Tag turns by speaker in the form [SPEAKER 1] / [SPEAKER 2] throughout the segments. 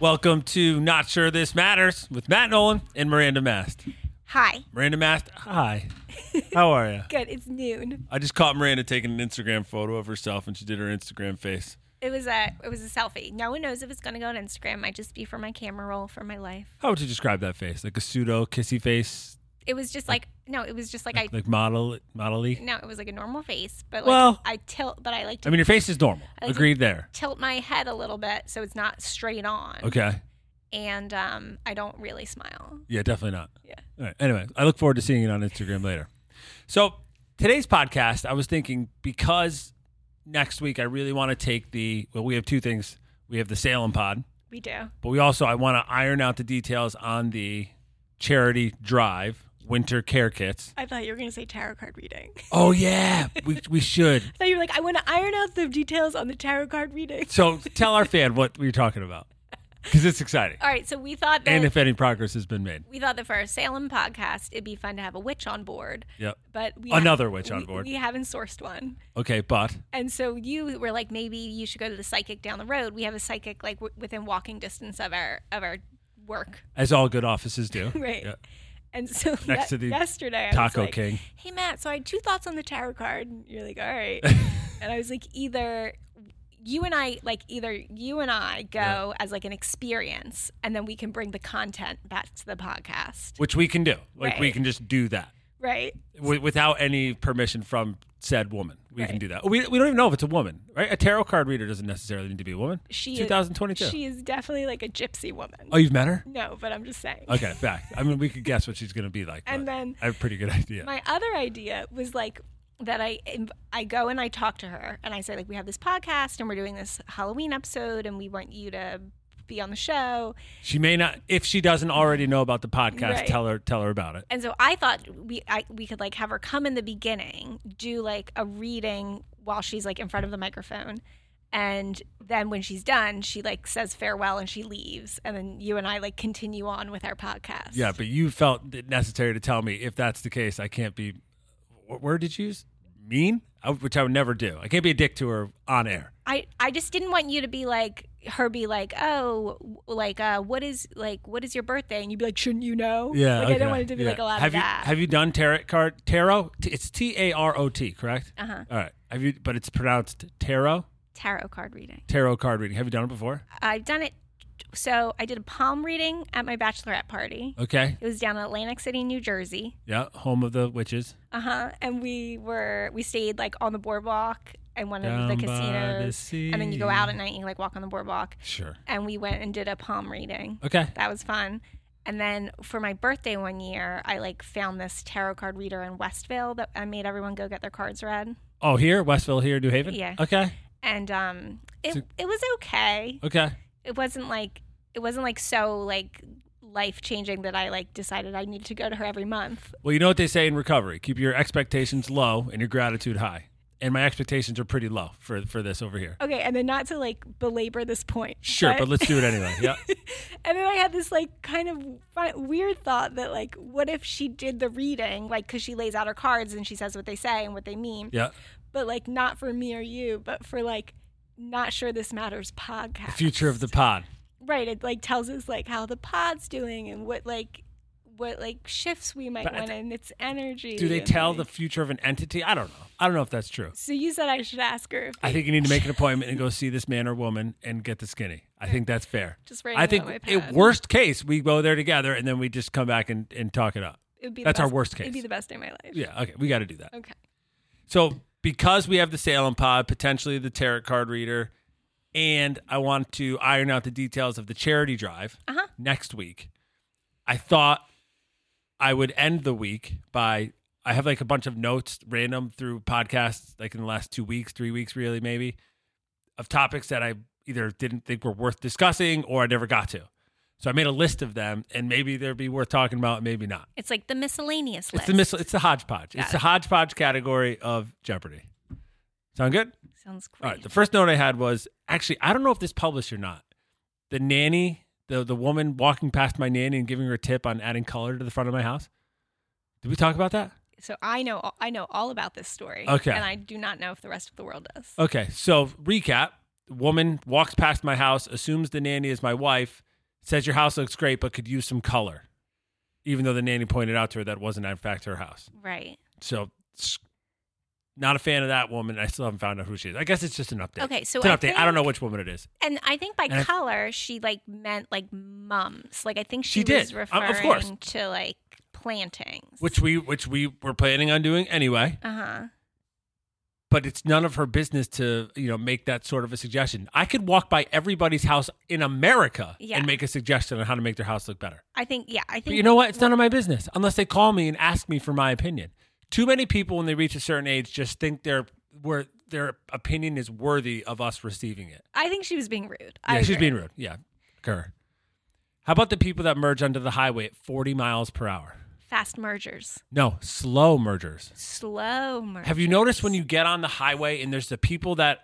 [SPEAKER 1] Welcome to Not Sure This Matters with Matt Nolan and Miranda Mast.
[SPEAKER 2] Hi.
[SPEAKER 1] Miranda Mast, hi. How are you?
[SPEAKER 2] Good. It's noon.
[SPEAKER 1] I just caught Miranda taking an Instagram photo of herself and she did her Instagram face.
[SPEAKER 2] It was a it was a selfie. No one knows if it's gonna go on Instagram. Might just be for my camera roll for my life.
[SPEAKER 1] How would you describe that face? Like a pseudo kissy face?
[SPEAKER 2] It was just like no, it was just like I
[SPEAKER 1] Like model model y?
[SPEAKER 2] no, it was like a normal face, but like
[SPEAKER 1] Well-
[SPEAKER 2] I tilt, but I like to
[SPEAKER 1] I mean your face is normal.
[SPEAKER 2] I was-
[SPEAKER 1] Agreed there.
[SPEAKER 2] tilt my head a little bit so it's not straight on.
[SPEAKER 1] Okay.
[SPEAKER 2] And um, I don't really smile.
[SPEAKER 1] Yeah, definitely not.
[SPEAKER 2] Yeah.
[SPEAKER 1] All right. Anyway, I look forward to seeing it on Instagram later. So today's podcast, I was thinking because next week I really want to take the well, we have two things. We have the Salem pod.
[SPEAKER 2] We do.
[SPEAKER 1] But we also I want to iron out the details on the charity drive winter care kits.
[SPEAKER 2] I thought you were gonna say tarot card reading.
[SPEAKER 1] Oh yeah, we we should.
[SPEAKER 2] I thought you were like, I want to iron out the details on the tarot card reading.
[SPEAKER 1] So tell our fan what we're talking about because it's exciting.
[SPEAKER 2] All right, so we thought that
[SPEAKER 1] And if any progress has been made,
[SPEAKER 2] we thought that for our Salem podcast, it'd be fun to have a witch on board.
[SPEAKER 1] yep.
[SPEAKER 2] but we
[SPEAKER 1] Another witch on
[SPEAKER 2] we-
[SPEAKER 1] board.
[SPEAKER 2] We haven't sourced one,
[SPEAKER 1] Okay, but
[SPEAKER 2] and so you were like, maybe you should go to the psychic down the road. We have a psychic like w- within walking distance of our of our work,
[SPEAKER 1] as all good offices do,
[SPEAKER 2] right?
[SPEAKER 1] Yeah.
[SPEAKER 2] And so
[SPEAKER 1] Next to
[SPEAKER 2] ye-
[SPEAKER 1] the
[SPEAKER 2] yesterday, I was
[SPEAKER 1] Taco
[SPEAKER 2] like,
[SPEAKER 1] King.
[SPEAKER 2] Hey Matt, so I had two thoughts on the tarot card. And You're like, all right, and I was like, either you and I like either you and I go
[SPEAKER 1] Yeah.
[SPEAKER 2] as like an experience, and then we can bring the content back to the podcast,
[SPEAKER 1] which we can do. Like we
[SPEAKER 2] Right.
[SPEAKER 1] can just do that
[SPEAKER 2] right?
[SPEAKER 1] w- without any permission from said woman. We can
[SPEAKER 2] Right.
[SPEAKER 1] do that. We, we don't even know if it's a woman, right? A tarot card reader doesn't necessarily need to be a woman.
[SPEAKER 2] She is-
[SPEAKER 1] 2022.
[SPEAKER 2] She is definitely like a gypsy woman.
[SPEAKER 1] oh, you've met her?
[SPEAKER 2] No, but I'm just saying.
[SPEAKER 1] Okay, fact. I mean, we could guess what she's going to be like.
[SPEAKER 2] And
[SPEAKER 1] but
[SPEAKER 2] then-
[SPEAKER 1] I have a pretty good idea.
[SPEAKER 2] My other idea was like that I inv- I go and I talk to her and I say like we have this podcast and we're doing this Halloween episode and we want you to be on the show.
[SPEAKER 1] she may not, if she doesn't already know about the podcast,
[SPEAKER 2] Right.
[SPEAKER 1] tell her tell her about it.
[SPEAKER 2] And so I thought we I, we could like have her come in the beginning, do like a reading while she's like in front of the microphone. And then when she's done, she like says farewell and she leaves. And then you and I like continue on with our podcast.
[SPEAKER 1] Yeah, but you felt it necessary to tell me if that's the case, I can't be. What word did you use? Mean, I, which I would never do. I can't be a dick to her on air.
[SPEAKER 2] I I just didn't want you to be like her be like oh w- like uh what is like what is your birthday and you'd be like shouldn't you know
[SPEAKER 1] Yeah,
[SPEAKER 2] like I
[SPEAKER 1] okay,
[SPEAKER 2] don't want it to be
[SPEAKER 1] yeah.
[SPEAKER 2] like a lot
[SPEAKER 1] have
[SPEAKER 2] of
[SPEAKER 1] you,
[SPEAKER 2] that
[SPEAKER 1] Have you done tarot card tarot? T- It's T A R O T, correct?
[SPEAKER 2] Uh-huh.
[SPEAKER 1] All right. Have you? But it's pronounced tarot.
[SPEAKER 2] tarot card reading
[SPEAKER 1] Tarot card reading. Have you done it before?
[SPEAKER 2] I've done it so I did a palm reading at my bachelorette party
[SPEAKER 1] Okay.
[SPEAKER 2] it was down in Atlantic City New Jersey
[SPEAKER 1] Yeah. Home of the witches.
[SPEAKER 2] uh huh and we were we stayed like on the boardwalk and one of the
[SPEAKER 1] Down by the
[SPEAKER 2] casinos and then you go out
[SPEAKER 1] sea.
[SPEAKER 2] at night and you like walk on the boardwalk
[SPEAKER 1] Sure.
[SPEAKER 2] and we went and did a palm reading
[SPEAKER 1] Okay.
[SPEAKER 2] that was fun. And then for my birthday one year, I like found this tarot card reader in Westville that I made everyone go get their cards read.
[SPEAKER 1] Oh, here, Westville, here, New Haven.
[SPEAKER 2] Yeah.
[SPEAKER 1] Okay.
[SPEAKER 2] And um it
[SPEAKER 1] So-
[SPEAKER 2] it was okay.
[SPEAKER 1] Okay.
[SPEAKER 2] It wasn't like it wasn't like so like life changing that I like decided I needed to go to her every month.
[SPEAKER 1] Well, you know what they say in recovery: keep your expectations low and your gratitude high. And my expectations are pretty low for for this over here.
[SPEAKER 2] Okay, and then not to like belabor this point.
[SPEAKER 1] Sure, but let's do it anyway. Yeah.
[SPEAKER 2] and then I had this like kind of fi- weird thought that like what if she did the reading like cuz she lays out her cards and she says what they say and what they mean.
[SPEAKER 1] Yeah.
[SPEAKER 2] but like not for me or you, but for like not sure this matters podcast.
[SPEAKER 1] The future of the pod.
[SPEAKER 2] right. It like tells us like how the pod's doing and what like what like shifts we might
[SPEAKER 1] But I
[SPEAKER 2] want and its energy.
[SPEAKER 1] Do they
[SPEAKER 2] and,
[SPEAKER 1] tell the
[SPEAKER 2] like-
[SPEAKER 1] future of an entity? I don't know. I don't know if that's true.
[SPEAKER 2] So you said I should ask her. If
[SPEAKER 1] I think you need to make an appointment and go see this man or woman and get the skinny. I think that's fair.
[SPEAKER 2] Just writing
[SPEAKER 1] I
[SPEAKER 2] it
[SPEAKER 1] think
[SPEAKER 2] on my
[SPEAKER 1] it,
[SPEAKER 2] pad.
[SPEAKER 1] worst case we go there together and then we just come back and, and talk it up.
[SPEAKER 2] it would be the
[SPEAKER 1] That's our
[SPEAKER 2] best-
[SPEAKER 1] worst
[SPEAKER 2] It'd be
[SPEAKER 1] case.
[SPEAKER 2] the best day of my life.
[SPEAKER 1] Yeah, okay, we got to do that.
[SPEAKER 2] Okay.
[SPEAKER 1] So because we have the Salem pod, potentially the tarot card reader, and I want to iron out the details of the charity drive
[SPEAKER 2] Uh huh.
[SPEAKER 1] next week, I thought I would end the week by I have like a bunch of notes random through podcasts, like in the last two weeks, three weeks, really, maybe, of topics that I either didn't think were worth discussing or I never got to. So I made a list of them, and maybe they'd be worth talking about, maybe not.
[SPEAKER 2] It's like the miscellaneous
[SPEAKER 1] It's
[SPEAKER 2] list.
[SPEAKER 1] the mis- it's the hodgepodge.
[SPEAKER 2] Got
[SPEAKER 1] it's
[SPEAKER 2] it.
[SPEAKER 1] the hodgepodge category of Jeopardy. Sound good?
[SPEAKER 2] Sounds great.
[SPEAKER 1] All right. The first note I had was actually I don't know if this published or not. The nanny, the the woman walking past my nanny and giving her a tip on adding color to the front of my house. Did we talk about that?
[SPEAKER 2] so I know I know all about this story.
[SPEAKER 1] Okay.
[SPEAKER 2] And I do not know if the rest of the world does.
[SPEAKER 1] Okay. So recap: woman walks past my house, assumes the nanny is my wife, says your house looks great, but could use some color, even though the nanny pointed out to her that wasn't in fact her house.
[SPEAKER 2] Right.
[SPEAKER 1] So, s- not a fan of that woman. I still haven't found out who she is. I guess it's just an update.
[SPEAKER 2] Okay, so
[SPEAKER 1] it's an
[SPEAKER 2] I
[SPEAKER 1] update. I don't know
[SPEAKER 2] think-
[SPEAKER 1] which woman it is.
[SPEAKER 2] And I think by
[SPEAKER 1] And I-
[SPEAKER 2] color, she like meant like mums. Like I think
[SPEAKER 1] She
[SPEAKER 2] she,
[SPEAKER 1] did.
[SPEAKER 2] was
[SPEAKER 1] Uh, of
[SPEAKER 2] referring
[SPEAKER 1] course.
[SPEAKER 2] to like plantings.
[SPEAKER 1] Which we which we were planning on doing anyway.
[SPEAKER 2] uh huh.
[SPEAKER 1] but it's none of her business to you know make that sort of a suggestion. I could walk by everybody's house in America
[SPEAKER 2] Yeah.
[SPEAKER 1] and make a suggestion on how to make their house look better.
[SPEAKER 2] I think yeah. I think
[SPEAKER 1] But you know what? It's none of my business unless they call me and ask me for my opinion. Too many people when they reach a certain age just think their where their opinion is worthy of us receiving it.
[SPEAKER 2] I think she was being rude.
[SPEAKER 1] Yeah,
[SPEAKER 2] I
[SPEAKER 1] she's
[SPEAKER 2] agree.
[SPEAKER 1] being rude. Yeah, her. How about the people that merge onto the highway at 40 miles per hour?
[SPEAKER 2] fast mergers,
[SPEAKER 1] No, slow mergers.
[SPEAKER 2] slow mergers.
[SPEAKER 1] Have you noticed when you get on the highway and there's the people that,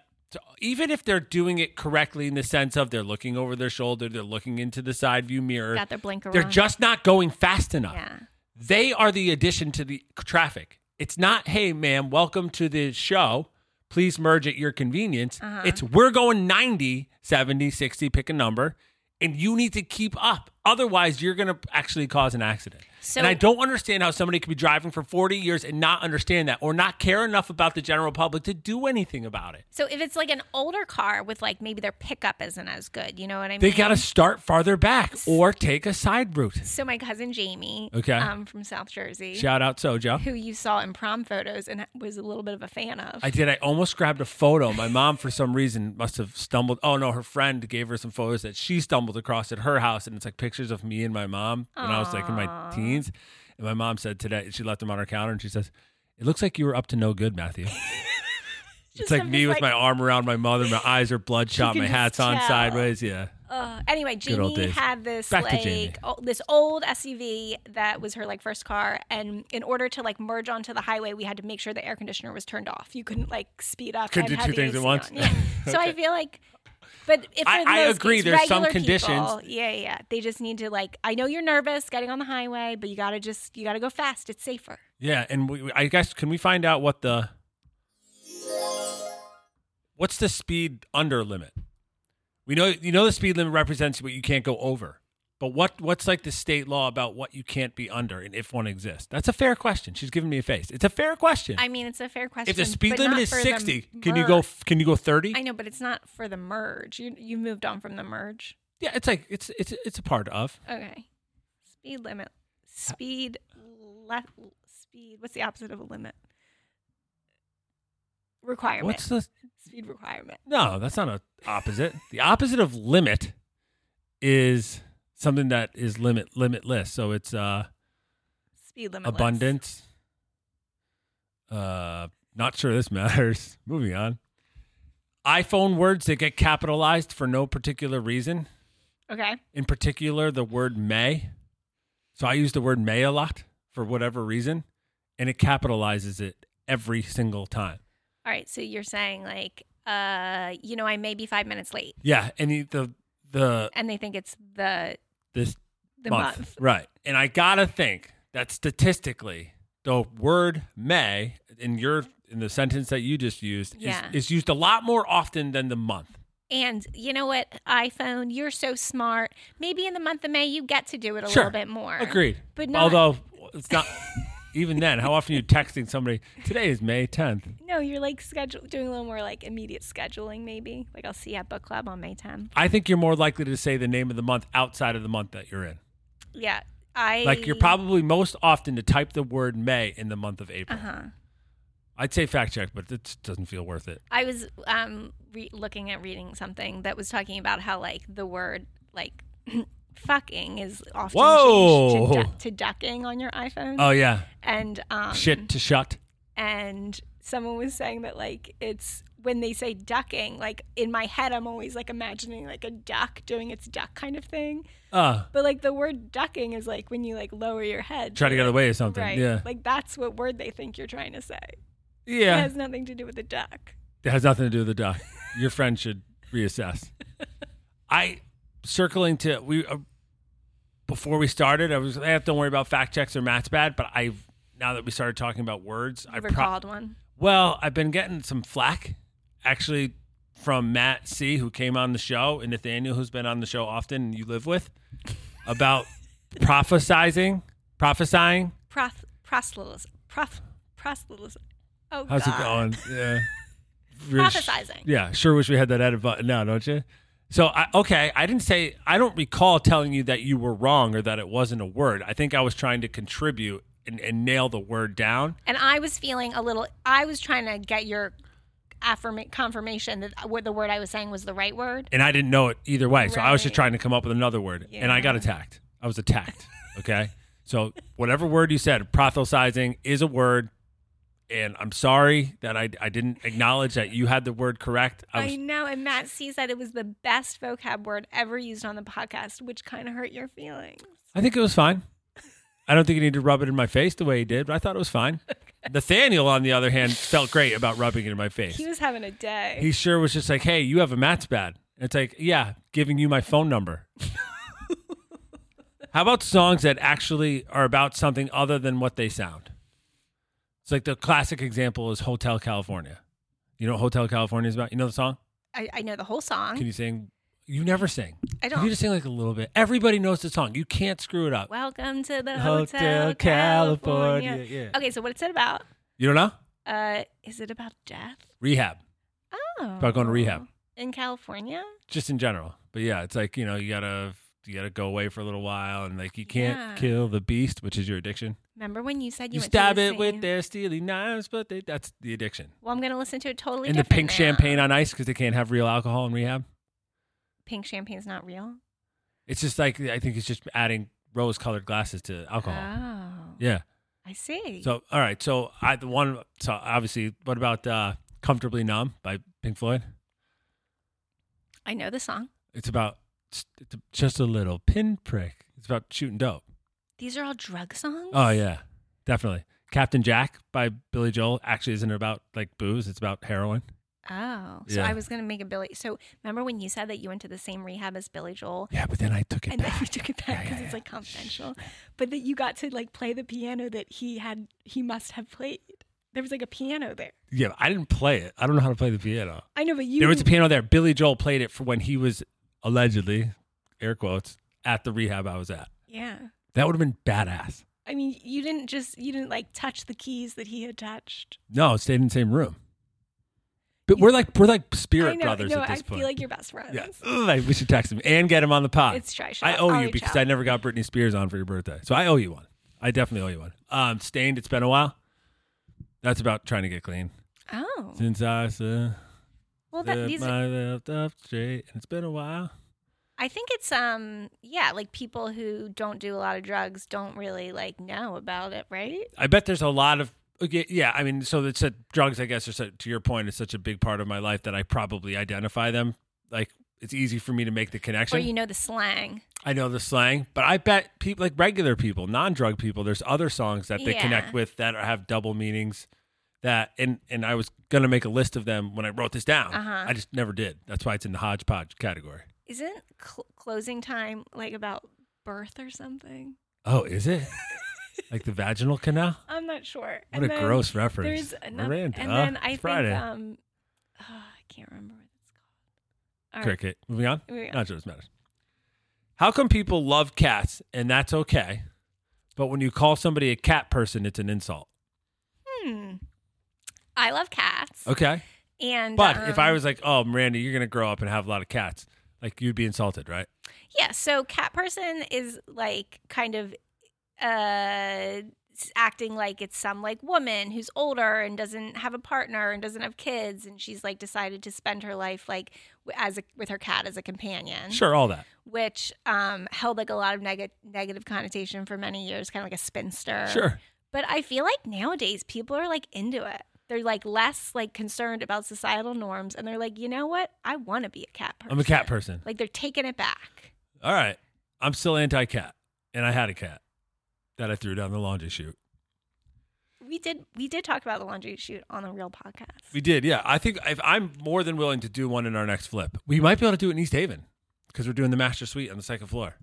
[SPEAKER 1] even if they're doing it correctly in the sense of they're looking over their shoulder, they're looking into the side view mirror,
[SPEAKER 2] got their blinker?
[SPEAKER 1] they're
[SPEAKER 2] on?
[SPEAKER 1] just not going fast enough.
[SPEAKER 2] yeah.
[SPEAKER 1] They are the addition to the traffic. It's not, hey, ma'am, welcome to the show. Please merge at your convenience.
[SPEAKER 2] Uh-huh.
[SPEAKER 1] It's we're going 90, 70, 60, pick a number, and you need to keep up. Otherwise, you're going to actually cause an accident.
[SPEAKER 2] So-
[SPEAKER 1] and I don't understand how somebody could be driving for 40 years and not understand that or not care enough about the general public to do anything about it.
[SPEAKER 2] So if it's like an older car with like maybe their pickup isn't as good, you know what I mean?
[SPEAKER 1] They got to start farther back or take a side route.
[SPEAKER 2] So my cousin Jamie,
[SPEAKER 1] Okay.
[SPEAKER 2] um, from South Jersey,
[SPEAKER 1] Shout out Sojo.
[SPEAKER 2] who you saw in prom photos and was a little bit of a fan of.
[SPEAKER 1] I did. I almost grabbed a photo. My mom, for some reason, must have stumbled. Oh no, her friend gave her some photos that she stumbled across at her house, and it's like pictures of me and my mom when I was like in my teens. And my mom said today she left them on her counter, and she says, "It looks like you were up to no good, Matthew." it's
[SPEAKER 2] Just
[SPEAKER 1] like
[SPEAKER 2] I'm
[SPEAKER 1] me
[SPEAKER 2] just
[SPEAKER 1] with
[SPEAKER 2] like-
[SPEAKER 1] my arm around my mother. My eyes are bloodshot.
[SPEAKER 2] can
[SPEAKER 1] My
[SPEAKER 2] just
[SPEAKER 1] hat's on
[SPEAKER 2] tell.
[SPEAKER 1] sideways. Yeah.
[SPEAKER 2] Uh, anyway,
[SPEAKER 1] old
[SPEAKER 2] Jamie
[SPEAKER 1] days.
[SPEAKER 2] had this
[SPEAKER 1] Back to Jamie.
[SPEAKER 2] like o- this old SUV that was her like first car, and in order to like merge onto the highway, we had to make sure the air conditioner was turned off. You couldn't like speed up.
[SPEAKER 1] Couldn't do
[SPEAKER 2] and have
[SPEAKER 1] two
[SPEAKER 2] the
[SPEAKER 1] things at
[SPEAKER 2] AC
[SPEAKER 1] once?
[SPEAKER 2] on. Yeah. So I feel like, but if
[SPEAKER 1] I-
[SPEAKER 2] in
[SPEAKER 1] I
[SPEAKER 2] those
[SPEAKER 1] agree,
[SPEAKER 2] cases,
[SPEAKER 1] there's some
[SPEAKER 2] regular
[SPEAKER 1] conditions-
[SPEAKER 2] people- yeah, yeah, they just need to like. I know you're nervous getting on the highway, but you gotta just you gotta go fast. It's safer.
[SPEAKER 1] Yeah, and we, we- I guess can we find out what the what's the speed under limit? We know you know the speed limit represents what you can't go over, but what what's like the state law about what you can't be under and if one exists? That's a fair question. She's giving me a face. It's a fair question.
[SPEAKER 2] I mean, it's a fair question.
[SPEAKER 1] if the
[SPEAKER 2] but
[SPEAKER 1] speed
[SPEAKER 2] not
[SPEAKER 1] limit is
[SPEAKER 2] for the
[SPEAKER 1] sixty, can you go?
[SPEAKER 2] merge.
[SPEAKER 1] f- Can you go thirty?
[SPEAKER 2] I know, but it's not for the merge. You you moved on from the merge.
[SPEAKER 1] Yeah, it's like it's it's it's a part of.
[SPEAKER 2] Okay. Speed
[SPEAKER 1] Uh,
[SPEAKER 2] limit. Speed left. Speed. What's the opposite of a limit? Requirement.
[SPEAKER 1] What's the
[SPEAKER 2] speed requirement?
[SPEAKER 1] No, that's not a opposite. the opposite of limit is something that is limit limitless. So it's uh
[SPEAKER 2] Speed limit.
[SPEAKER 1] abundance. Uh not sure this matters. Moving on. iPhone words that get capitalized for no particular reason.
[SPEAKER 2] Okay.
[SPEAKER 1] In particular, the word may. So I use the word may a lot for whatever reason, and it capitalizes it every single time.
[SPEAKER 2] All right. So you're saying like, uh, you know, I may be five minutes late,
[SPEAKER 1] Yeah, and the the the,
[SPEAKER 2] and they think it's the
[SPEAKER 1] this
[SPEAKER 2] the
[SPEAKER 1] month.
[SPEAKER 2] month.
[SPEAKER 1] Right. And I gotta think that statistically, the word may in your in the sentence that you just used
[SPEAKER 2] Yeah.
[SPEAKER 1] is, is used a lot more often than the month.
[SPEAKER 2] And you know what, iPhone, you're so smart. Maybe in the month of May, you get to do it a
[SPEAKER 1] Sure.
[SPEAKER 2] little bit more.
[SPEAKER 1] Agreed.
[SPEAKER 2] But not-
[SPEAKER 1] although it's not even then, how often are you texting somebody, today is May tenth.
[SPEAKER 2] No, you're like schedule doing a little more like immediate scheduling, maybe. Like I'll see you at book club on May 10th.
[SPEAKER 1] I think you're more likely to say the name of the month outside of the month that you're in.
[SPEAKER 2] Yeah. I
[SPEAKER 1] Like you're probably most often to type the word May in the month of April.
[SPEAKER 2] Uh-huh.
[SPEAKER 1] I'd say fact check, but it doesn't feel worth it.
[SPEAKER 2] I was um re- looking at reading something that was talking about how like the word like fucking is often
[SPEAKER 1] Whoa.
[SPEAKER 2] changed to, du- to ducking on your iPhone.
[SPEAKER 1] Oh yeah.
[SPEAKER 2] and um
[SPEAKER 1] Shit to shut.
[SPEAKER 2] and someone was saying that like it's when they say ducking, like in my head I'm always like imagining like a duck doing its duck kind of thing.
[SPEAKER 1] Uh
[SPEAKER 2] But like the word ducking is like when you like lower your head.
[SPEAKER 1] try to get away or something.
[SPEAKER 2] Right.
[SPEAKER 1] Yeah.
[SPEAKER 2] Like that's what word they think you're trying to say. It
[SPEAKER 1] Yeah.
[SPEAKER 2] has nothing to do with the duck.
[SPEAKER 1] It has nothing to do with the duck. Your friend should reassess. I circling to we uh, before we started. I was eh, don't worry about fact checks or math's bad, but I now that we started talking about words, I
[SPEAKER 2] Ever
[SPEAKER 1] pro-
[SPEAKER 2] called one.
[SPEAKER 1] well I've been getting some flack. Actually, from Matt C, who came on the show, and Nathaniel, who's been on the show often and you live with, about prophesizing, prophesying.
[SPEAKER 2] Proth, proselytism. Prof, proselytism. Oh,
[SPEAKER 1] How's
[SPEAKER 2] God.
[SPEAKER 1] it going? Yeah. Really sh-
[SPEAKER 2] Prophesizing.
[SPEAKER 1] Yeah, sure wish we had that edit button now, don't you? So, I, okay, I didn't say, I don't recall telling you that you were wrong or that it wasn't a word. I think I was trying to contribute and, and nail the word down.
[SPEAKER 2] And I was feeling a little, I was trying to get your affirm- confirmation that what the word I was saying was the right word.
[SPEAKER 1] And I didn't know it either way. So I was
[SPEAKER 2] Right.
[SPEAKER 1] just trying to come up with another word. And I got attacked. I was attacked. Okay. so, whatever word you said, prophesizing is a word. And I'm sorry that I, I didn't acknowledge that you had the word correct. I
[SPEAKER 2] I,
[SPEAKER 1] was
[SPEAKER 2] know. And Matt C said it was the best vocab word ever used on the podcast, which kind of hurt your feelings.
[SPEAKER 1] I think it was fine. I don't think he needed to rub it in my face the way he did, but I thought it was fine. Nathaniel, on the other hand, felt great about rubbing it in my face.
[SPEAKER 2] He was having a day.
[SPEAKER 1] He sure was just like, hey, you have a Matt's bad. And it's like, yeah, giving you my phone number. How about songs that actually are about something other than what they sound? It's like the classic example is Hotel California. You know what Hotel California is about? You know the song?
[SPEAKER 2] I, I know the whole song.
[SPEAKER 1] Can you sing? You never sing.
[SPEAKER 2] I
[SPEAKER 1] You
[SPEAKER 2] don't.
[SPEAKER 1] just sing like a little bit. Everybody knows the song. You can't screw it up.
[SPEAKER 2] Welcome to the Hotel,
[SPEAKER 1] Hotel
[SPEAKER 2] California.
[SPEAKER 1] California, yeah.
[SPEAKER 2] Okay, so what it's about?
[SPEAKER 1] You don't know?
[SPEAKER 2] Uh, is it about death?
[SPEAKER 1] Rehab.
[SPEAKER 2] Oh,
[SPEAKER 1] About going to rehab.
[SPEAKER 2] in California.
[SPEAKER 1] just in general. But yeah, it's like you know you gotta you gotta go away for a little while, and like you can't
[SPEAKER 2] Yeah.
[SPEAKER 1] kill the beast, which is your addiction.
[SPEAKER 2] Remember when you said you,
[SPEAKER 1] You,
[SPEAKER 2] went to
[SPEAKER 1] stab
[SPEAKER 2] the
[SPEAKER 1] it with
[SPEAKER 2] same-
[SPEAKER 1] their steely knives, but they, that's the addiction.
[SPEAKER 2] Well, I'm gonna listen to it totally.
[SPEAKER 1] and the pink
[SPEAKER 2] different now.
[SPEAKER 1] champagne on ice because they can't have real alcohol in rehab.
[SPEAKER 2] Pink champagne's not real.
[SPEAKER 1] It's just like I think it's just adding rose-colored glasses to alcohol.
[SPEAKER 2] Oh,
[SPEAKER 1] Yeah.
[SPEAKER 2] I see.
[SPEAKER 1] So all right. So I the one. So obviously, what about uh, "Comfortably Numb" by Pink Floyd?
[SPEAKER 2] I know the song.
[SPEAKER 1] It's about it's it's just a little pinprick. It's about shooting dope.
[SPEAKER 2] These are all drug songs.
[SPEAKER 1] Oh yeah, definitely. Captain Jack by Billy Joel actually isn't about like booze; it's about heroin.
[SPEAKER 2] Oh, so
[SPEAKER 1] Yeah.
[SPEAKER 2] I was gonna make a Billy. So remember when you said that you went to the same rehab as Billy Joel,
[SPEAKER 1] Yeah, but then I took it
[SPEAKER 2] and then
[SPEAKER 1] back.
[SPEAKER 2] you took it back
[SPEAKER 1] Yeah,
[SPEAKER 2] because
[SPEAKER 1] yeah,
[SPEAKER 2] it's like
[SPEAKER 1] yeah.
[SPEAKER 2] confidential, but that you got to like play the piano that he had, he must have played. There was like a piano there.
[SPEAKER 1] Yeah, I didn't play it. I don't know how to play the piano.
[SPEAKER 2] I know, but you
[SPEAKER 1] There was a piano there. Billy Joel played it for when he was allegedly, air quotes, at the rehab I was at.
[SPEAKER 2] yeah.
[SPEAKER 1] That would have been badass.
[SPEAKER 2] I mean, you didn't just you didn't like touch the keys that he had touched.
[SPEAKER 1] No, it stayed in the same room. But we're like we're like
[SPEAKER 2] I
[SPEAKER 1] spirit
[SPEAKER 2] know,
[SPEAKER 1] brothers
[SPEAKER 2] no,
[SPEAKER 1] at this
[SPEAKER 2] I
[SPEAKER 1] point.
[SPEAKER 2] feel like you're best friends.
[SPEAKER 1] yeah, Ugh, I- we should text him and get him on the pod.
[SPEAKER 2] It's trash.
[SPEAKER 1] I
[SPEAKER 2] I'll-
[SPEAKER 1] owe
[SPEAKER 2] I'll
[SPEAKER 1] you
[SPEAKER 2] reach
[SPEAKER 1] because
[SPEAKER 2] out.
[SPEAKER 1] I never got Britney Spears on for your birthday. So I owe you one. I definitely owe you one. Um, Stained, it's been a while. That's about trying to get clean.
[SPEAKER 2] Oh,
[SPEAKER 1] Since I said
[SPEAKER 2] well, that,
[SPEAKER 1] that
[SPEAKER 2] these.
[SPEAKER 1] uh, my left up straight, and it's been a while.
[SPEAKER 2] I think it's um, yeah, like people who don't do a lot of drugs don't really like know about it, right?
[SPEAKER 1] I bet there's a lot of okay, yeah. I mean, so it's a, drugs. I guess are such, to your point, is such a big part of my life that I probably identify them. Like it's easy for me to make the
[SPEAKER 2] Or
[SPEAKER 1] connection.
[SPEAKER 2] you know the slang.
[SPEAKER 1] I know the slang, but I bet people like regular people, non-drug people, there's other songs that they
[SPEAKER 2] Yeah.
[SPEAKER 1] connect with that have double meanings. That and and I was gonna make a list of them when I wrote this down.
[SPEAKER 2] Uh-huh.
[SPEAKER 1] I just never did. That's why it's in the hodgepodge category.
[SPEAKER 2] Isn't cl- closing time like about birth or something?
[SPEAKER 1] Oh, is it like the vaginal canal?
[SPEAKER 2] I'm not sure.
[SPEAKER 1] What
[SPEAKER 2] And
[SPEAKER 1] a
[SPEAKER 2] then
[SPEAKER 1] gross reference,
[SPEAKER 2] There's another,
[SPEAKER 1] Miranda. uh, Ah,
[SPEAKER 2] and then I
[SPEAKER 1] it's
[SPEAKER 2] think
[SPEAKER 1] Friday.
[SPEAKER 2] um, oh, I can't remember what it's called. All right.
[SPEAKER 1] Cricket. Moving on.
[SPEAKER 2] Moving on.
[SPEAKER 1] Not sure this matters. How come people love cats and that's okay, but when you call somebody a cat person, it's an insult?
[SPEAKER 2] Hmm. I love cats.
[SPEAKER 1] Okay.
[SPEAKER 2] And
[SPEAKER 1] But if I
[SPEAKER 2] um,
[SPEAKER 1] was like, "Oh, Miranda, you're gonna grow up and have a lot of cats," like you'd be insulted, right?
[SPEAKER 2] Mm-hmm. yeah, so cat person is like kind of uh s- acting like it's some like woman who's older and doesn't have a partner and doesn't have kids and she's like decided to spend her life like w- as a, with her cat as a companion
[SPEAKER 1] Sure, all that.
[SPEAKER 2] which um held like a lot of neg- negative connotation for many years kind of like a spinster
[SPEAKER 1] Sure.
[SPEAKER 2] But I feel like nowadays people are like into it. They're like less like concerned about societal norms and they're like, you know what? I want to be a cat person.
[SPEAKER 1] I'm a cat person.
[SPEAKER 2] Like they're taking it back.
[SPEAKER 1] All right. I'm still anti-cat, and I had a cat that I threw down the laundry chute.
[SPEAKER 2] We did we did talk about the laundry shoot on the real podcast.
[SPEAKER 1] We did, yeah. I think if I'm more than willing to do one in our next flip, we might be able to do it in East Haven because we're doing the master suite on the second floor.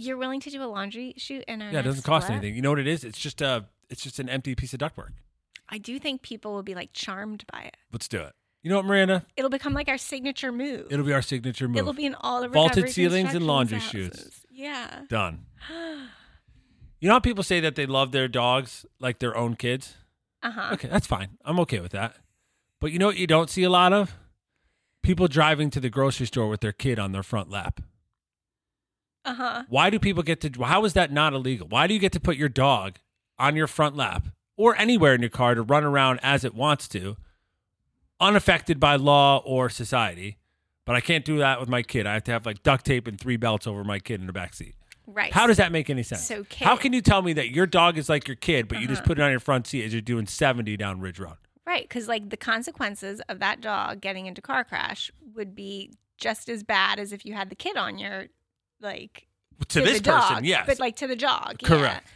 [SPEAKER 2] You're willing to do a laundry shoot in our
[SPEAKER 1] yeah, it doesn't
[SPEAKER 2] next
[SPEAKER 1] cost
[SPEAKER 2] lab?
[SPEAKER 1] anything. You know what it is? It's just a, it's just an empty piece of ductwork.
[SPEAKER 2] I do think people will be like charmed by it.
[SPEAKER 1] Let's do it. You know what, Miranda?
[SPEAKER 2] It'll become like our signature move.
[SPEAKER 1] It'll be our signature move.
[SPEAKER 2] It'll be in all the
[SPEAKER 1] Vaulted
[SPEAKER 2] recovery
[SPEAKER 1] ceilings and laundry
[SPEAKER 2] constructions
[SPEAKER 1] chutes.
[SPEAKER 2] houses. Yeah. Uh-huh.
[SPEAKER 1] Done. You know how people say that they love their dogs like their own kids?
[SPEAKER 2] Uh huh.
[SPEAKER 1] Okay, that's fine. I'm okay with that. But you know what you don't see a lot of? People driving to the grocery store with their kid on their front lap.
[SPEAKER 2] Uh huh.
[SPEAKER 1] Why do people get to, how is that not illegal? Why do you get to put your dog on your front lap or anywhere in your car to run around as it wants to, unaffected by law or society? But I can't do that with my kid. I have to have like duct tape and three belts over my kid in the back seat.
[SPEAKER 2] Right.
[SPEAKER 1] How does that make any sense?
[SPEAKER 2] So Uh-huh.
[SPEAKER 1] How
[SPEAKER 2] kid-
[SPEAKER 1] can you tell me that your dog is like your kid, but you just put it on your front seat as you're doing 70 down Ridge Road?
[SPEAKER 2] Right, because like the consequences of that dog getting into car crash would be just as bad as if you had the kid on your like
[SPEAKER 1] To,
[SPEAKER 2] the
[SPEAKER 1] this person,
[SPEAKER 2] dog,
[SPEAKER 1] yes.
[SPEAKER 2] but like to the dog, yeah.
[SPEAKER 1] Correct.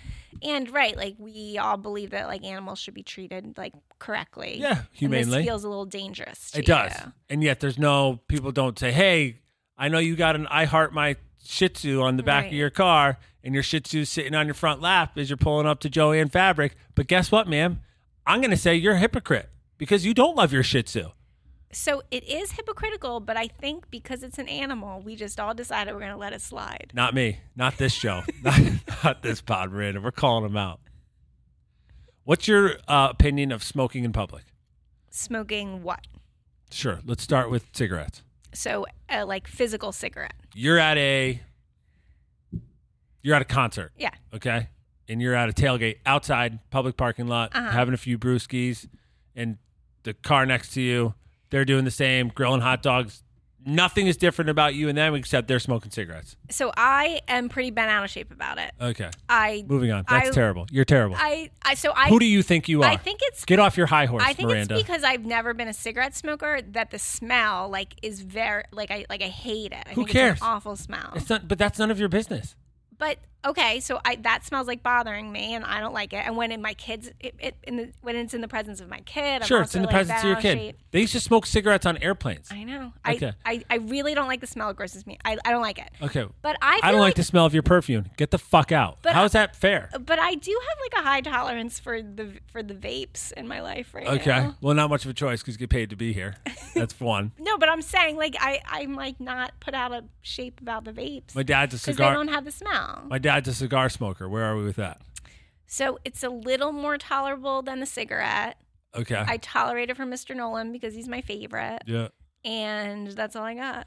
[SPEAKER 2] And right, like we all believe that like animals should be treated like correctly.
[SPEAKER 1] Yeah,
[SPEAKER 2] And this
[SPEAKER 1] humanely.
[SPEAKER 2] feels a little dangerous. To
[SPEAKER 1] it does.
[SPEAKER 2] you.
[SPEAKER 1] And yet there's no people don't say, "Hey, I know you got an I heart my Shih Tzu on the back
[SPEAKER 2] Right.
[SPEAKER 1] of your car, and your Shih Tzu's sitting on your front lap as you're pulling up to Joanne Fabric." But guess what, ma'am? I'm going to say you're a hypocrite because you don't love your Shih Tzu.
[SPEAKER 2] So it is hypocritical, but I think because it's an animal, we just all decided we're going to let it slide.
[SPEAKER 1] Not me. Not this show. not, not this pod, Miranda. We're calling them out. What's your uh, opinion of smoking in public?
[SPEAKER 2] Smoking what?
[SPEAKER 1] Sure. Let's start with cigarettes.
[SPEAKER 2] So uh, like physical cigarette.
[SPEAKER 1] You're at a you're at a concert,
[SPEAKER 2] Yeah.
[SPEAKER 1] okay? And you're at a tailgate outside public parking lot,
[SPEAKER 2] Uh-huh.
[SPEAKER 1] having a few brewskis, and the car next to you, they're doing the same, grilling hot dogs. Nothing is different about you and them except they're smoking cigarettes.
[SPEAKER 2] So I am pretty bent out of shape about it.
[SPEAKER 1] Okay.
[SPEAKER 2] I
[SPEAKER 1] Moving on. That's
[SPEAKER 2] I-
[SPEAKER 1] terrible. You're terrible.
[SPEAKER 2] I, I so I
[SPEAKER 1] Who do you think you are?
[SPEAKER 2] I think it's
[SPEAKER 1] Get off your high horse,
[SPEAKER 2] I think
[SPEAKER 1] Miranda.
[SPEAKER 2] it's because I've never been a cigarette smoker that the smell like is very like I like I hate it. I think
[SPEAKER 1] cares?
[SPEAKER 2] It's an awful smell.
[SPEAKER 1] It's not, but that's none of your business.
[SPEAKER 2] But okay, so I that smells like bothering me, and I don't like it. And when in my kids, it, it in the, when it's in the presence of my kid, I'm
[SPEAKER 1] sure, it's in the
[SPEAKER 2] also, like,
[SPEAKER 1] presence of your
[SPEAKER 2] bad
[SPEAKER 1] kid.
[SPEAKER 2] shape.
[SPEAKER 1] They used to smoke cigarettes on airplanes.
[SPEAKER 2] I know.
[SPEAKER 1] Okay.
[SPEAKER 2] I, I I really don't like the smell. It grosses me. I, I don't like it.
[SPEAKER 1] Okay.
[SPEAKER 2] But I feel
[SPEAKER 1] I don't like,
[SPEAKER 2] like
[SPEAKER 1] the smell of your perfume. Get the fuck out.
[SPEAKER 2] But
[SPEAKER 1] How is that fair?
[SPEAKER 2] But I do have like a high tolerance for the for the vapes in my life right
[SPEAKER 1] Okay.
[SPEAKER 2] now.
[SPEAKER 1] Well, not much of a choice because you get paid to be here. That's for one.
[SPEAKER 2] No, but I'm saying like I I'm like not put out of shape about the vapes
[SPEAKER 1] My dad's a
[SPEAKER 2] because they
[SPEAKER 1] cigar.
[SPEAKER 2] don't have the smell.
[SPEAKER 1] My dad's a cigar smoker. Where are we with that?
[SPEAKER 2] So it's a little more tolerable than the cigarette.
[SPEAKER 1] Okay.
[SPEAKER 2] I tolerate it for Mr. Nolan because he's my favorite,
[SPEAKER 1] yeah.
[SPEAKER 2] and that's all I got.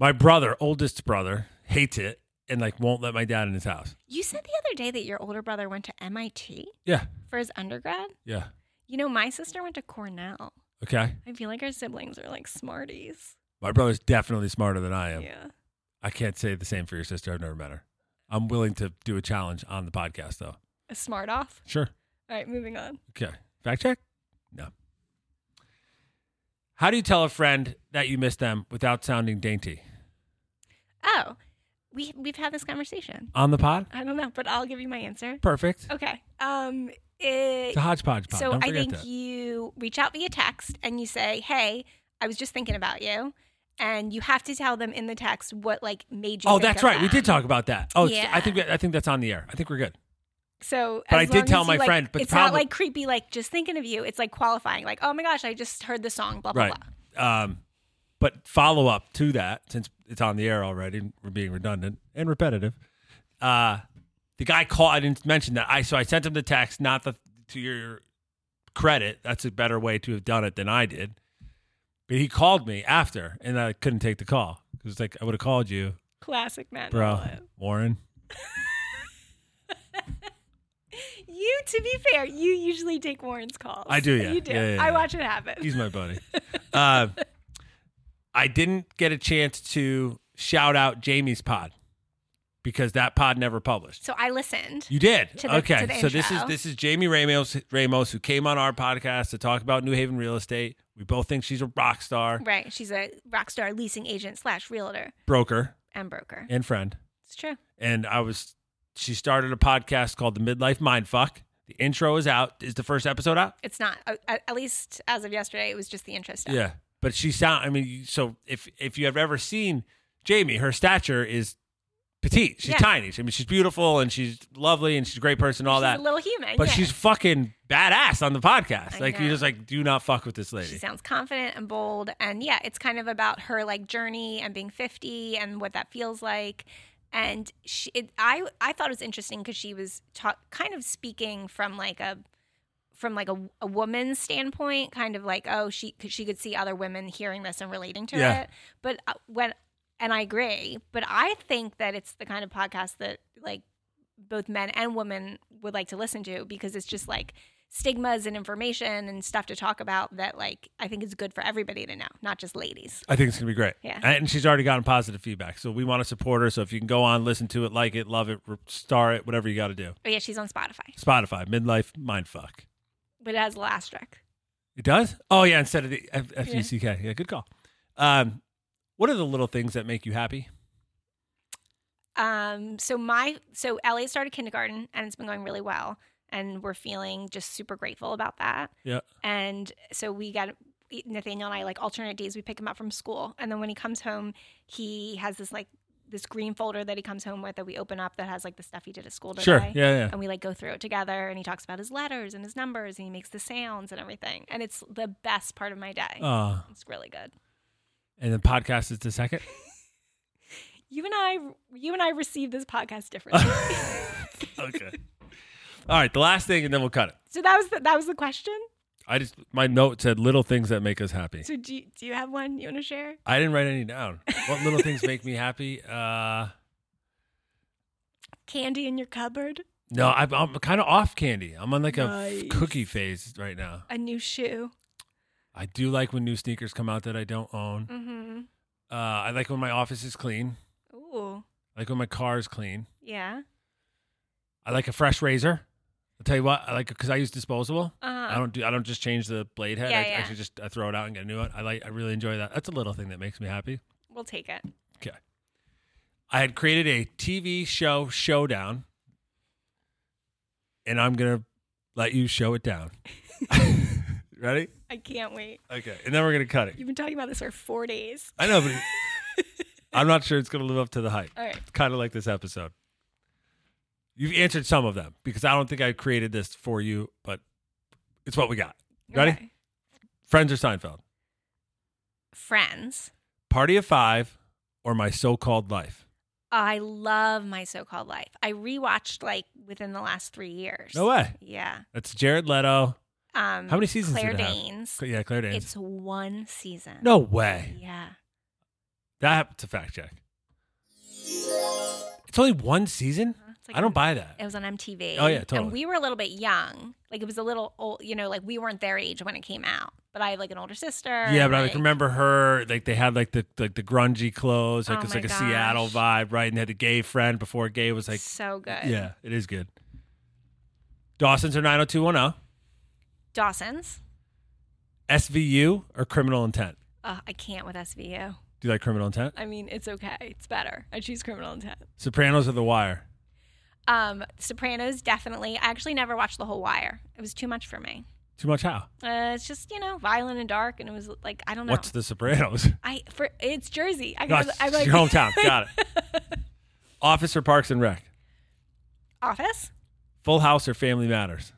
[SPEAKER 1] My brother, oldest brother, hates it and like won't let my dad in his house.
[SPEAKER 2] You said the other day that your older brother went to MIT
[SPEAKER 1] Yeah.
[SPEAKER 2] for his undergrad.
[SPEAKER 1] Yeah.
[SPEAKER 2] You know, my sister went to Cornell.
[SPEAKER 1] Okay.
[SPEAKER 2] I feel like our siblings are like smarties.
[SPEAKER 1] My brother's definitely smarter than I am.
[SPEAKER 2] Yeah.
[SPEAKER 1] I can't say the same for your sister. I've never met her. I'm willing to do a challenge on the podcast though.
[SPEAKER 2] A smart off.
[SPEAKER 1] Sure.
[SPEAKER 2] All right, moving on.
[SPEAKER 1] Okay. Fact check? No. How do you tell a friend that you miss them without sounding dainty?
[SPEAKER 2] Oh, we we've had this conversation.
[SPEAKER 1] On the pod?
[SPEAKER 2] I don't know, but I'll give you my answer.
[SPEAKER 1] Perfect.
[SPEAKER 2] Okay. Um. It,
[SPEAKER 1] It's a hodgepodge pod.
[SPEAKER 2] So
[SPEAKER 1] Don't
[SPEAKER 2] I
[SPEAKER 1] forget
[SPEAKER 2] think
[SPEAKER 1] that.
[SPEAKER 2] you reach out via text and you say, "Hey, I was just thinking about you," and you have to tell them in the text what like made you.
[SPEAKER 1] oh,
[SPEAKER 2] think
[SPEAKER 1] that's
[SPEAKER 2] of
[SPEAKER 1] right. We
[SPEAKER 2] them.
[SPEAKER 1] did talk about that. Oh, it's- I
[SPEAKER 2] Yeah.
[SPEAKER 1] think I think that's on the air. I think we're good.
[SPEAKER 2] So,
[SPEAKER 1] But I
[SPEAKER 2] as
[SPEAKER 1] did
[SPEAKER 2] long
[SPEAKER 1] tell
[SPEAKER 2] as
[SPEAKER 1] my
[SPEAKER 2] you, like-
[SPEAKER 1] friend, but
[SPEAKER 2] it's not
[SPEAKER 1] problem-
[SPEAKER 2] like creepy, like just thinking of you. It's like qualifying, like, "Oh my gosh, I just heard the song." Blah blah
[SPEAKER 1] Right.
[SPEAKER 2] blah.
[SPEAKER 1] Um, but follow up to that, since it's on the air already, and we're being redundant and repetitive. Uh, the guy called. I didn't mention that. I so I sent him the text. Not the to your credit. That's a better way to have done it than I did. But he called me after, and I couldn't take the call because it's like I would have called you,
[SPEAKER 2] Classic Matt.
[SPEAKER 1] bro,
[SPEAKER 2] Nolan.
[SPEAKER 1] Warren.
[SPEAKER 2] You, to be fair, you usually take Warren's calls.
[SPEAKER 1] I do, yeah.
[SPEAKER 2] You do.
[SPEAKER 1] Yeah, yeah,
[SPEAKER 2] I
[SPEAKER 1] yeah.
[SPEAKER 2] watch it happen.
[SPEAKER 1] He's my buddy. Uh, I didn't get a chance to shout out Jamie's pod because that pod never published.
[SPEAKER 2] so I listened.
[SPEAKER 1] You did.
[SPEAKER 2] to the-
[SPEAKER 1] okay.
[SPEAKER 2] to the
[SPEAKER 1] so this is
[SPEAKER 2] intro.
[SPEAKER 1] this is Jamie Ramos Ramos who came on our podcast to talk about New Haven real estate. We both think she's a rock star,
[SPEAKER 2] Right. She's a rock star leasing agent slash realtor
[SPEAKER 1] broker,
[SPEAKER 2] and broker.
[SPEAKER 1] and friend.
[SPEAKER 2] It's true.
[SPEAKER 1] And I was she started a podcast called The Midlife Mindfuck. The intro is out. Is the first episode out?
[SPEAKER 2] It's not. uh, At, at least as of yesterday, it was just the intro stuff.
[SPEAKER 1] Yeah. But she sound I mean, you- so if if you have ever seen Jamie, her stature is petite. She's
[SPEAKER 2] Yeah.
[SPEAKER 1] tiny. I mean, she's beautiful and she's lovely and she's a great person, all
[SPEAKER 2] she's
[SPEAKER 1] that.
[SPEAKER 2] a little human.
[SPEAKER 1] but
[SPEAKER 2] yeah.
[SPEAKER 1] she's fucking badass on the podcast.
[SPEAKER 2] I
[SPEAKER 1] like you
[SPEAKER 2] know.
[SPEAKER 1] just like do not fuck with this
[SPEAKER 2] She
[SPEAKER 1] lady.
[SPEAKER 2] sounds confident and bold. And yeah, it's kind of about her like journey and being 50 and what that feels like. And she, it, I, I thought it was interesting because she was ta- kind of speaking from like a, from like a, a woman's standpoint, kind of like, oh, she could, she could see other women hearing this and relating to
[SPEAKER 1] Yeah.
[SPEAKER 2] it. But uh, when, and I agree, but I think that it's the kind of podcast that like both men and women would like to listen to because it's just like stigmas and information and stuff to talk about that like I think is good for everybody to know, not just ladies.
[SPEAKER 1] I think it's gonna be great.
[SPEAKER 2] Yeah.
[SPEAKER 1] and she's already gotten positive feedback, so we want to support her. So if you can go on, listen to it, like it, love it, re- star it, whatever you got to do.
[SPEAKER 2] Oh yeah, she's on Spotify,
[SPEAKER 1] Spotify, midlife mindfuck.
[SPEAKER 2] but it has the last track.
[SPEAKER 1] It does. Oh yeah, instead of the F- FUCK. Yeah. good call. Um, what are the little things that make you happy?
[SPEAKER 2] Um, so my so Elliot started kindergarten and it's been going really well, and we're feeling just super grateful about that.
[SPEAKER 1] Yeah.
[SPEAKER 2] And so we got Nathaniel and I like alternate days. We pick him up from school, and then when he comes home, he has this like this green folder that he comes home with that we open up that has like the stuff he did at school today.
[SPEAKER 1] Sure. Yeah, yeah.
[SPEAKER 2] and we like go through it together and he talks about his letters and his numbers and he makes the sounds and everything and it's the best part of my day
[SPEAKER 1] Uh,
[SPEAKER 2] it's really good
[SPEAKER 1] and then podcast is the second.
[SPEAKER 2] you and i you and i receive this podcast differently
[SPEAKER 1] okay. All right. The last thing, and then we'll cut it.
[SPEAKER 2] so that was the, that was the question
[SPEAKER 1] I just my note said little things that make us happy.
[SPEAKER 2] so do you, do you have one you want to share
[SPEAKER 1] I didn't write any down. What little things make me happy? Uh,
[SPEAKER 2] candy in your cupboard
[SPEAKER 1] no, I, I'm kind of off candy. I'm on like a
[SPEAKER 2] Nice.
[SPEAKER 1] cookie phase right now.
[SPEAKER 2] a new shoe
[SPEAKER 1] I do like when new sneakers come out that I don't own.
[SPEAKER 2] mm-hmm
[SPEAKER 1] Uh, I like when my office is clean.
[SPEAKER 2] ooh
[SPEAKER 1] I like when my car is clean.
[SPEAKER 2] yeah
[SPEAKER 1] I like a fresh razor. I'll tell you what, I like because I use disposable.
[SPEAKER 2] uh-huh.
[SPEAKER 1] I don't do I don't just change the blade head.
[SPEAKER 2] Yeah,
[SPEAKER 1] I
[SPEAKER 2] yeah.
[SPEAKER 1] actually just I throw it out and get a new one. I like I really enjoy that. That's a little thing that makes me happy.
[SPEAKER 2] we'll take it
[SPEAKER 1] I had created a TV show showdown, and I'm gonna let you show it down. Ready?
[SPEAKER 2] i can't wait
[SPEAKER 1] Okay, and then we're gonna cut it.
[SPEAKER 2] you've been talking about this for four days
[SPEAKER 1] I know, but I'm not sure it's gonna live up to the hype.
[SPEAKER 2] all right
[SPEAKER 1] Kind of like this episode. You've answered some of them because I don't think I created this for you, but it's what we got. Ready?
[SPEAKER 2] Okay.
[SPEAKER 1] Friends or Seinfeld?
[SPEAKER 2] friends
[SPEAKER 1] Party of Five or My So-Called Life?
[SPEAKER 2] I love my so-called life. I rewatched like within the last three years.
[SPEAKER 1] No way.
[SPEAKER 2] Yeah.
[SPEAKER 1] That's Jared Leto.
[SPEAKER 2] Um,
[SPEAKER 1] How many seasons
[SPEAKER 2] Claire
[SPEAKER 1] did it have?
[SPEAKER 2] Danes.
[SPEAKER 1] Yeah, Claire Danes.
[SPEAKER 2] It's one season.
[SPEAKER 1] no way.
[SPEAKER 2] Yeah.
[SPEAKER 1] That's a fact check. It's only one season.
[SPEAKER 2] Uh-huh. It's like
[SPEAKER 1] I don't
[SPEAKER 2] on-
[SPEAKER 1] buy that.
[SPEAKER 2] It was on MTV.
[SPEAKER 1] Oh, yeah, totally.
[SPEAKER 2] And we were a little bit young. Like it was a little old. You know, like we weren't their age when it came out. But I have like an older sister.
[SPEAKER 1] Yeah,
[SPEAKER 2] and,
[SPEAKER 1] but I like, remember her. Like they had like the like the grungy clothes. Like
[SPEAKER 2] Oh
[SPEAKER 1] it's
[SPEAKER 2] my
[SPEAKER 1] like a Seattle
[SPEAKER 2] gosh.
[SPEAKER 1] vibe, right? And they had the gay friend before gay was like.
[SPEAKER 2] so good.
[SPEAKER 1] Yeah, it is good. Dawson's or nine hundred two one oh, zero.
[SPEAKER 2] Dawson's.
[SPEAKER 1] SVU or Criminal Intent.
[SPEAKER 2] Oh, I can't with SVU.
[SPEAKER 1] Do you like Criminal Intent?
[SPEAKER 2] I mean, it's okay. It's better. I choose criminal intent.
[SPEAKER 1] Sopranos or The Wire.
[SPEAKER 2] Um, Sopranos, definitely. I actually never watched The Whole Wire. It was too much for me.
[SPEAKER 1] Too much how?
[SPEAKER 2] Uh, it's just you know violent and dark, and it was like I don't know.
[SPEAKER 1] What's The Sopranos?
[SPEAKER 2] I for it's Jersey. I
[SPEAKER 1] No,
[SPEAKER 2] gotta-
[SPEAKER 1] it's
[SPEAKER 2] I'm like
[SPEAKER 1] your hometown. Got it. Office or Parks and Rec.
[SPEAKER 2] Office,
[SPEAKER 1] Full House or Family Matters.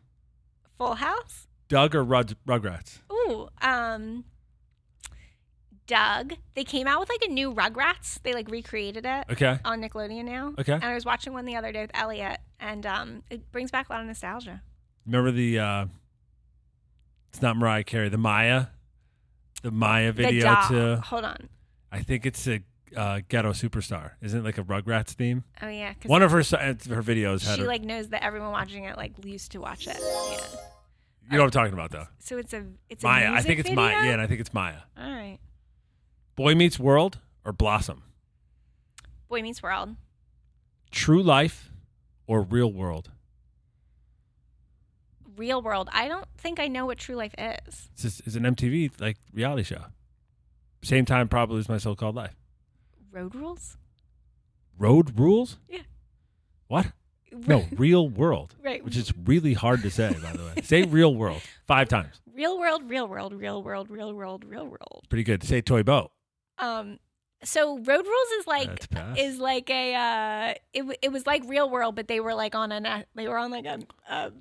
[SPEAKER 2] Full House.
[SPEAKER 1] Doug or Rud- Rugrats.
[SPEAKER 2] Ooh, um, Doug. They came out with like a new Rugrats. They like recreated it
[SPEAKER 1] Okay.
[SPEAKER 2] on Nickelodeon now.
[SPEAKER 1] Okay.
[SPEAKER 2] And I was watching one the other day with Elliot, and um, it brings back a lot of nostalgia.
[SPEAKER 1] Remember the uh it's not Mariah Carey, the Maya. The Maya
[SPEAKER 2] the
[SPEAKER 1] video
[SPEAKER 2] doll.
[SPEAKER 1] to
[SPEAKER 2] Hold on. I,
[SPEAKER 1] I think it's a uh, ghetto superstar. Isn't it like a Rugrats theme?
[SPEAKER 2] oh yeah, because
[SPEAKER 1] One of her si- her videos had
[SPEAKER 2] she
[SPEAKER 1] her,
[SPEAKER 2] like knows that everyone watching it like used to watch it. Yeah.
[SPEAKER 1] You know what I'm talking about though.
[SPEAKER 2] So it's a it's A
[SPEAKER 1] Maya. I
[SPEAKER 2] music
[SPEAKER 1] think it's
[SPEAKER 2] video?
[SPEAKER 1] Maya. Yeah, and I think it's Maya.
[SPEAKER 2] All right.
[SPEAKER 1] Boy Meets World or Blossom?
[SPEAKER 2] Boy Meets World.
[SPEAKER 1] True Life or Real World?
[SPEAKER 2] real world. I don't think I know what true life is.
[SPEAKER 1] It's, just, it's an MTV like reality show. Same time probably as my so-called life.
[SPEAKER 2] Road rules?
[SPEAKER 1] Road Rules?
[SPEAKER 2] Yeah.
[SPEAKER 1] What? No, real world.
[SPEAKER 2] Right.
[SPEAKER 1] Which is really hard to say, by the way. Say real world five times.
[SPEAKER 2] real world, real world, real world, real world, real world.
[SPEAKER 1] Pretty good. Say toy boat.
[SPEAKER 2] Um, so road rules is
[SPEAKER 1] That's
[SPEAKER 2] like
[SPEAKER 1] pass.
[SPEAKER 2] is like a uh it, w- it was like real world but they were like on a na- they were on like a um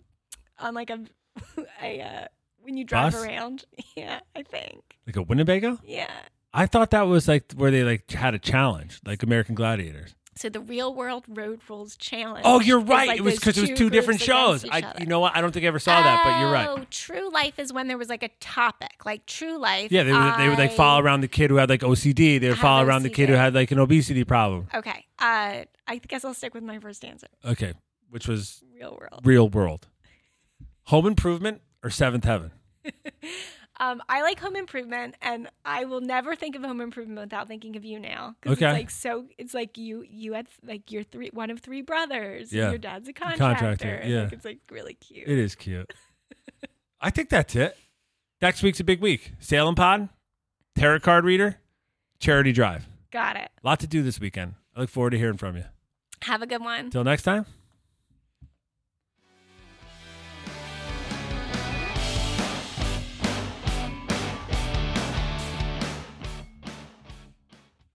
[SPEAKER 2] on like a a uh when you drive
[SPEAKER 1] Bus?
[SPEAKER 2] around yeah i think
[SPEAKER 1] like a Winnebago.
[SPEAKER 2] yeah
[SPEAKER 1] I thought that was like where they like had a challenge, like American Gladiators.
[SPEAKER 2] so the real world road rules challenge
[SPEAKER 1] Oh, you're
[SPEAKER 2] is,
[SPEAKER 1] right.
[SPEAKER 2] like,
[SPEAKER 1] it was
[SPEAKER 2] those
[SPEAKER 1] because it was two different
[SPEAKER 2] groups
[SPEAKER 1] shows.
[SPEAKER 2] against each
[SPEAKER 1] I,
[SPEAKER 2] other.
[SPEAKER 1] you know what? I don't think I ever saw that, but you're right.
[SPEAKER 2] Oh, True Life is when there was like a topic, like True Life.
[SPEAKER 1] Yeah, they would, they would like
[SPEAKER 2] I-
[SPEAKER 1] follow around the kid who had like OCD. They would
[SPEAKER 2] Have
[SPEAKER 1] follow around the kid who
[SPEAKER 2] OCD.
[SPEAKER 1] had like an obesity problem.
[SPEAKER 2] Okay, uh, I guess I'll stick with my first answer.
[SPEAKER 1] Okay, which was
[SPEAKER 2] Real world.
[SPEAKER 1] real world. Home Improvement or Seventh Heaven?
[SPEAKER 2] Um, I like Home Improvement, and I will never think of Home Improvement without thinking of you now. 'cause
[SPEAKER 1] Okay.
[SPEAKER 2] It's like so, it's like you you had like you're three one of three brothers. and
[SPEAKER 1] Yeah.
[SPEAKER 2] Your dad's a
[SPEAKER 1] contractor,
[SPEAKER 2] contractor. and,
[SPEAKER 1] yeah.
[SPEAKER 2] Like, it's like really cute.
[SPEAKER 1] It is cute. I think that's it. Next week's a big week. Salem Pod, Tarot Card Reader, Charity Drive.
[SPEAKER 2] Got it.
[SPEAKER 1] A lot to do this weekend. I look forward to hearing from you.
[SPEAKER 2] Have a good one.
[SPEAKER 1] Until next time.